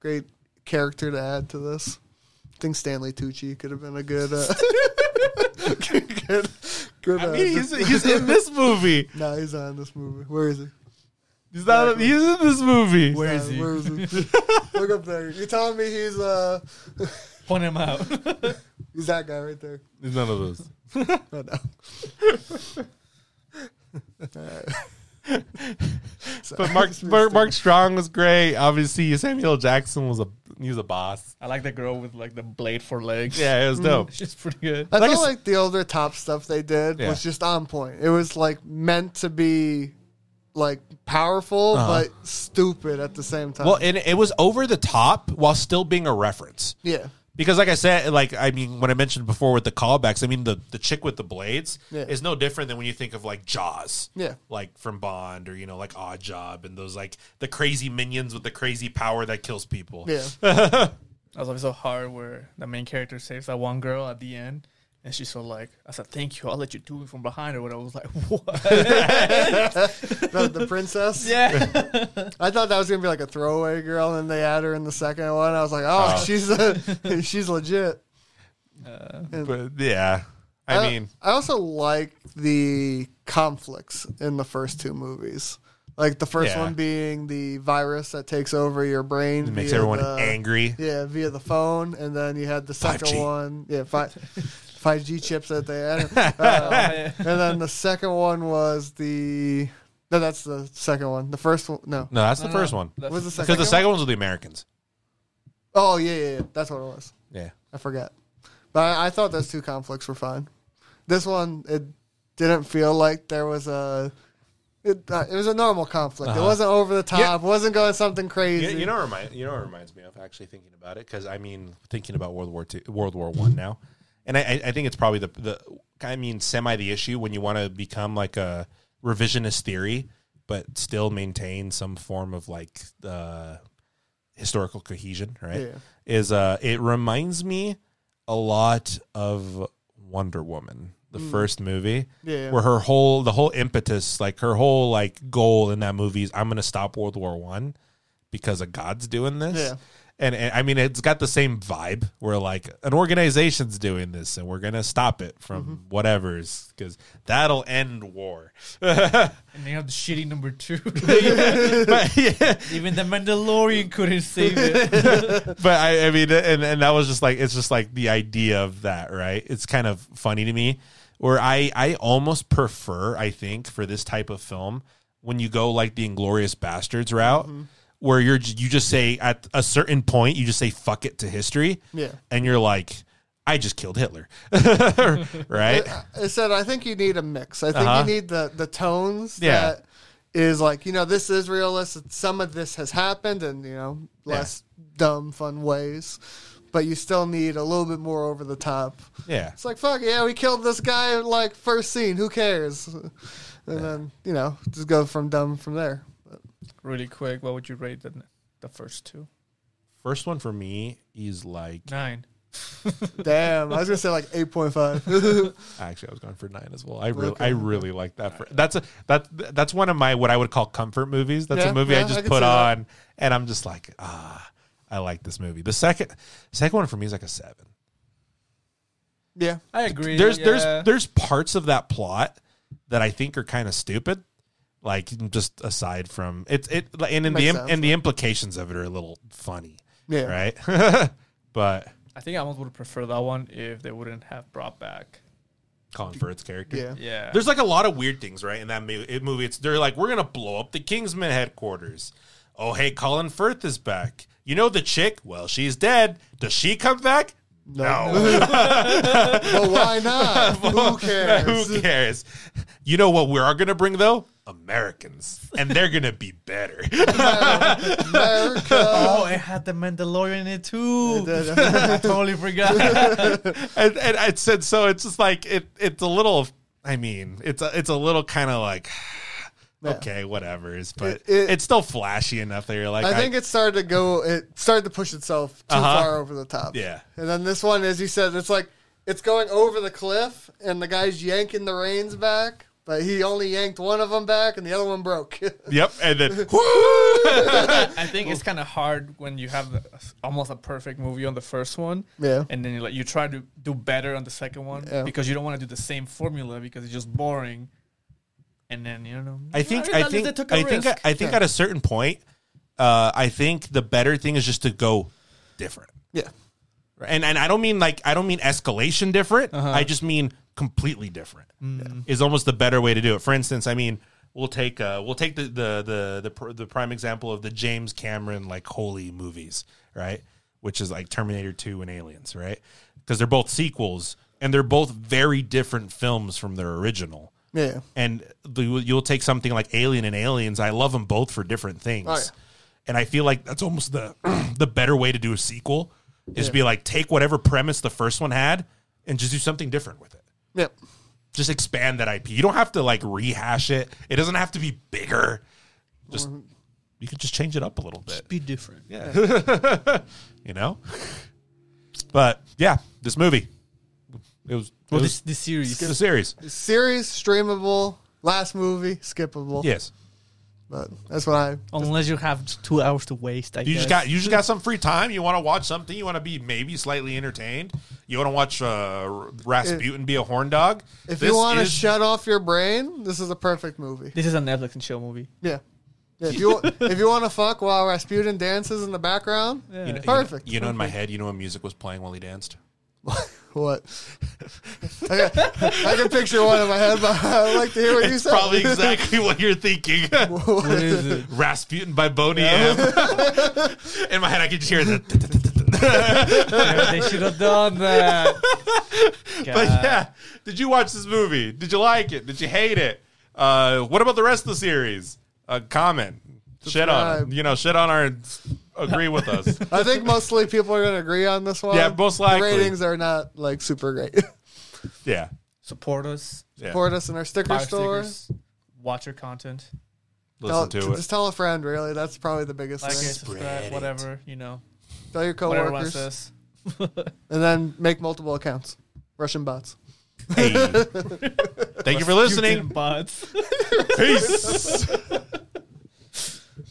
C: great character to add to this? I think Stanley Tucci could have been a good, uh, good, good.
B: I
C: uh,
B: mean, he's, he's in this movie.
C: no, he's not in this movie. Where is he?
B: He's not. He's in this movie.
A: Where
C: Uh,
A: is he?
C: Where is he? Look up there. You're telling me he's uh,
A: Point him out.
C: he's that guy right there.
B: He's none of those.
C: Oh no.
B: But Mark Mark, Mark Strong was great. Obviously, Samuel L. Jackson was a he's a boss.
A: I like the girl with like the blade for legs.
B: Yeah, it
C: Mm.
B: was dope.
A: she's pretty good.
C: I
B: Like I
C: feel
B: s-
C: like the older top stuff they did
B: Yeah.
C: was just on point. It was like meant to be like powerful
B: Uh-huh.
C: but stupid at the same time.
B: Well, and it was over the top while still being a reference.
C: yeah.
B: Because, like I said, like I mean, when I mentioned before with the callbacks, I mean the the chick with the blades
C: Yeah.
B: is no different than when you think of like Jaws,
C: Yeah.
B: like from Bond or you know like Odd Job and those like the crazy minions with the crazy power that kills people.
C: Yeah.
A: I was always so hard where the main character saves that one girl at the end. And she's so like, I said, thank you. I'll let you do it from behind or what. I was like, what?
C: the, the princess.
A: yeah.
C: I thought that was gonna be like a throwaway girl, and then they had her in the second one. I was like, oh,
B: Oh.
C: she's a, she's legit.
B: But yeah, I mean,
C: I also like the conflicts in the first two movies. Like the first
B: Yeah.
C: one being the virus that takes over your brain,
B: it makes
C: via
B: everyone
C: the-
B: angry.
C: Yeah, via the phone, and then you had the second
B: 5G.
C: one. Yeah, five five G chips that they had,
A: Oh,
C: Uh, and then the second one was the. No, that's the second one. The first one, no.
B: No, that's the first one.
A: That's-
C: What's Uh, the second?
B: Because the second one's with the Americans.
C: Oh yeah, yeah, yeah. That's what it was.
B: Yeah.
C: I forgot. But I, I thought those two conflicts were fine. This one, it didn't feel like there was a. It, uh, it was a normal conflict. It wasn't over the top. wasn't going something crazy.
B: You-
D: You, you know, what remind you know, what reminds me of actually thinking about it because I mean, thinking about World War Two, World War One now, and I, I- I think it's probably the the I mean, semi the issue when you want to become like a revisionist theory, but still maintain some form of like uh, historical cohesion, right?
C: Yeah.
B: Is uh, it reminds me a lot of Wonder Woman, the
C: Mm.
B: first movie,
C: Yeah.
B: where her whole the whole impetus, like her whole like goal in that movie is I'm gonna stop World War One because a god's doing this.
C: Yeah.
B: And, and I mean, it's got the same vibe where like an organization's doing this, and we're gonna stop it from
C: Mm-hmm.
B: whatever's because that'll end war.
A: And they have the shitty number two.
B: but, yeah,
A: Even the Mandalorian couldn't save it.
B: but I, I mean, and, and that was just like it's just like the idea of that, right? It's kind of funny to me. Where I I almost prefer, I think, for this type of film when you go like the Inglorious Bastards route, where you're j- you just say at a certain point you just say fuck it to history,
C: Yeah.
B: and you're like. I just killed Hitler, right?
C: I said, I think you need a mix. I think
B: Uh-huh.
C: you need the the tones
B: Yeah.
C: that is like, you know, this is realist. Some of this has happened, and you know, less dumb, fun ways. But you still need a little bit more over the top.
B: Yeah,
C: It's like, fuck yeah, we killed this guy like first scene. Who cares? And then you know, just go from dumb from there.
A: really quick, what would you rate the, the first two?
B: first one for me is like
A: Nine.
C: Damn, I was gonna say like eight point five. yeah,
B: Actually, I was going for nine as well. I really,
C: Okay.
B: I really like that. For, that's a that that's one of my what I would call comfort movies. That's
C: Yeah,
B: a movie
C: yeah,
B: I
C: I
B: just
C: can see
B: put
C: that.
B: on, and I'm just like, ah, I like this movie. The second second one for me is like a seven.
A: I agree.
B: There's
A: yeah.
B: there's there's parts of that plot that I think are kind of stupid. Like just aside from it's it, and in
C: Makes
B: the im-
C: sense.
B: and the implications of it are a little funny,
C: yeah,
B: right? but
A: I think I almost would prefer that one if they wouldn't have brought back.
B: Colin Firth's character,
C: yeah.
A: Yeah.
B: There's like a lot of weird things, right? In that movie, it movie it's they're like, we're gonna blow up the Kingsman headquarters. Oh, hey, Colin Firth is back. You know the chick? Well, she's dead. Does she come back? No.
C: but why not? Who cares?
B: Who cares? You know what we are gonna bring though? Americans, and they're gonna be better.
C: America.
A: oh, it had the Mandalorian in it too.
C: did.
A: I totally forgot.
B: and, and I said so. It's just like it. It's a little. I mean, it's a, it's a little kind of like. Okay, whatever's, but
C: It- it-
B: it's still flashy enough that you're like,
C: I think it started to go. It started to push itself too
B: Uh-huh.
C: far over the top.
B: Yeah.
C: And then this one, as you said, it's like it's going over the cliff, and the guy's yanking the reins back, but he only yanked one of them back, and the other one broke.
B: yep, and then, whoo!
A: I think it's kind of hard when you have the, almost a perfect movie on the first one.
C: Yeah.
A: And then you like you try to do better on the second one
C: Yeah.
A: because you don't want to do the same formula because it's just boring. And then you know.
B: I think
A: at
B: I
A: least
B: think
A: they took a
B: I think
A: risk.
B: I think at a certain point, uh, I think the better thing is just to go different.
C: yeah.
B: Right? And and I don't mean like I don't mean escalation different. I just mean completely different. Is almost the better way to do it. For instance, I mean we'll take uh, we'll take the the the the, pr- the prime example of the James Cameron like holy movies, right? Which is like Terminator Two and Aliens, right? Because they're both sequels and they're both very different films from their original
C: Yeah.
B: and the, you'll take something like Alien and Aliens. I love them both for different things,
C: Oh, yeah.
B: and I feel like that's almost the the better way to do a sequel is be like take whatever premise the first one had and just do something different with it.
C: Yep.
B: Just expand that IP. You don't have to like rehash it. It doesn't have to be bigger. Just you could just change it up a little bit.
A: be different. Yeah.
B: you know. But yeah, this movie, it was
A: Well, this this series.
B: the series.
C: Series streamable. Last movie skippable.
B: Yes,
C: But that's what I.
B: Oh.
A: Unless you have two hours to waste, I
B: you just got you just got some free time. You want to watch something. You want to be maybe slightly entertained. You want to watch uh, Rasputin be a horn dog.
C: If
B: This
C: you want to
B: is-
C: shut off your brain, this is a perfect movie.
A: This is a Netflix and chill movie.
C: Yeah. Yeah, if you if you want to fuck while Rasputin dances in the background,
A: Yeah.
B: you know,
C: perfect.
B: You know, in my head, you know what music was playing while he danced.
C: what? I, can, I can picture one in my head, but I'd like to hear what you
B: It's
C: said.
B: probably exactly what you're thinking.
A: What is it?
B: Rasputin by Boney M. In my head, I can just hear the.
A: they should have done that.
B: but
A: God.
B: yeah, did you watch this movie? Did you like it? Did you hate it? Uh, what about the rest of the series? Uh, comment, shit on,
C: Subscribe.
B: you know, shit on our, agree with us.
C: I think mostly people are going to agree on this one.
B: Yeah, most
C: The
B: likely.
C: ratings are not like super great.
B: Yeah,
A: Support us.
B: yeah.
C: Support us in our sticker
A: Buy our
C: store.
A: stickers. Watch our content.
B: Listen
C: Tell-
B: to it.
C: Just tell a friend, really. That's probably the biggest
A: Like it,
C: thing.
A: subscribe, whatever, you know.
C: Tell your
A: Whatever everyone
C: coworkers,
A: says.
C: and then make multiple accounts. Russian bots.
B: Hey. Thank you for listening.
A: Buds.
B: Peace.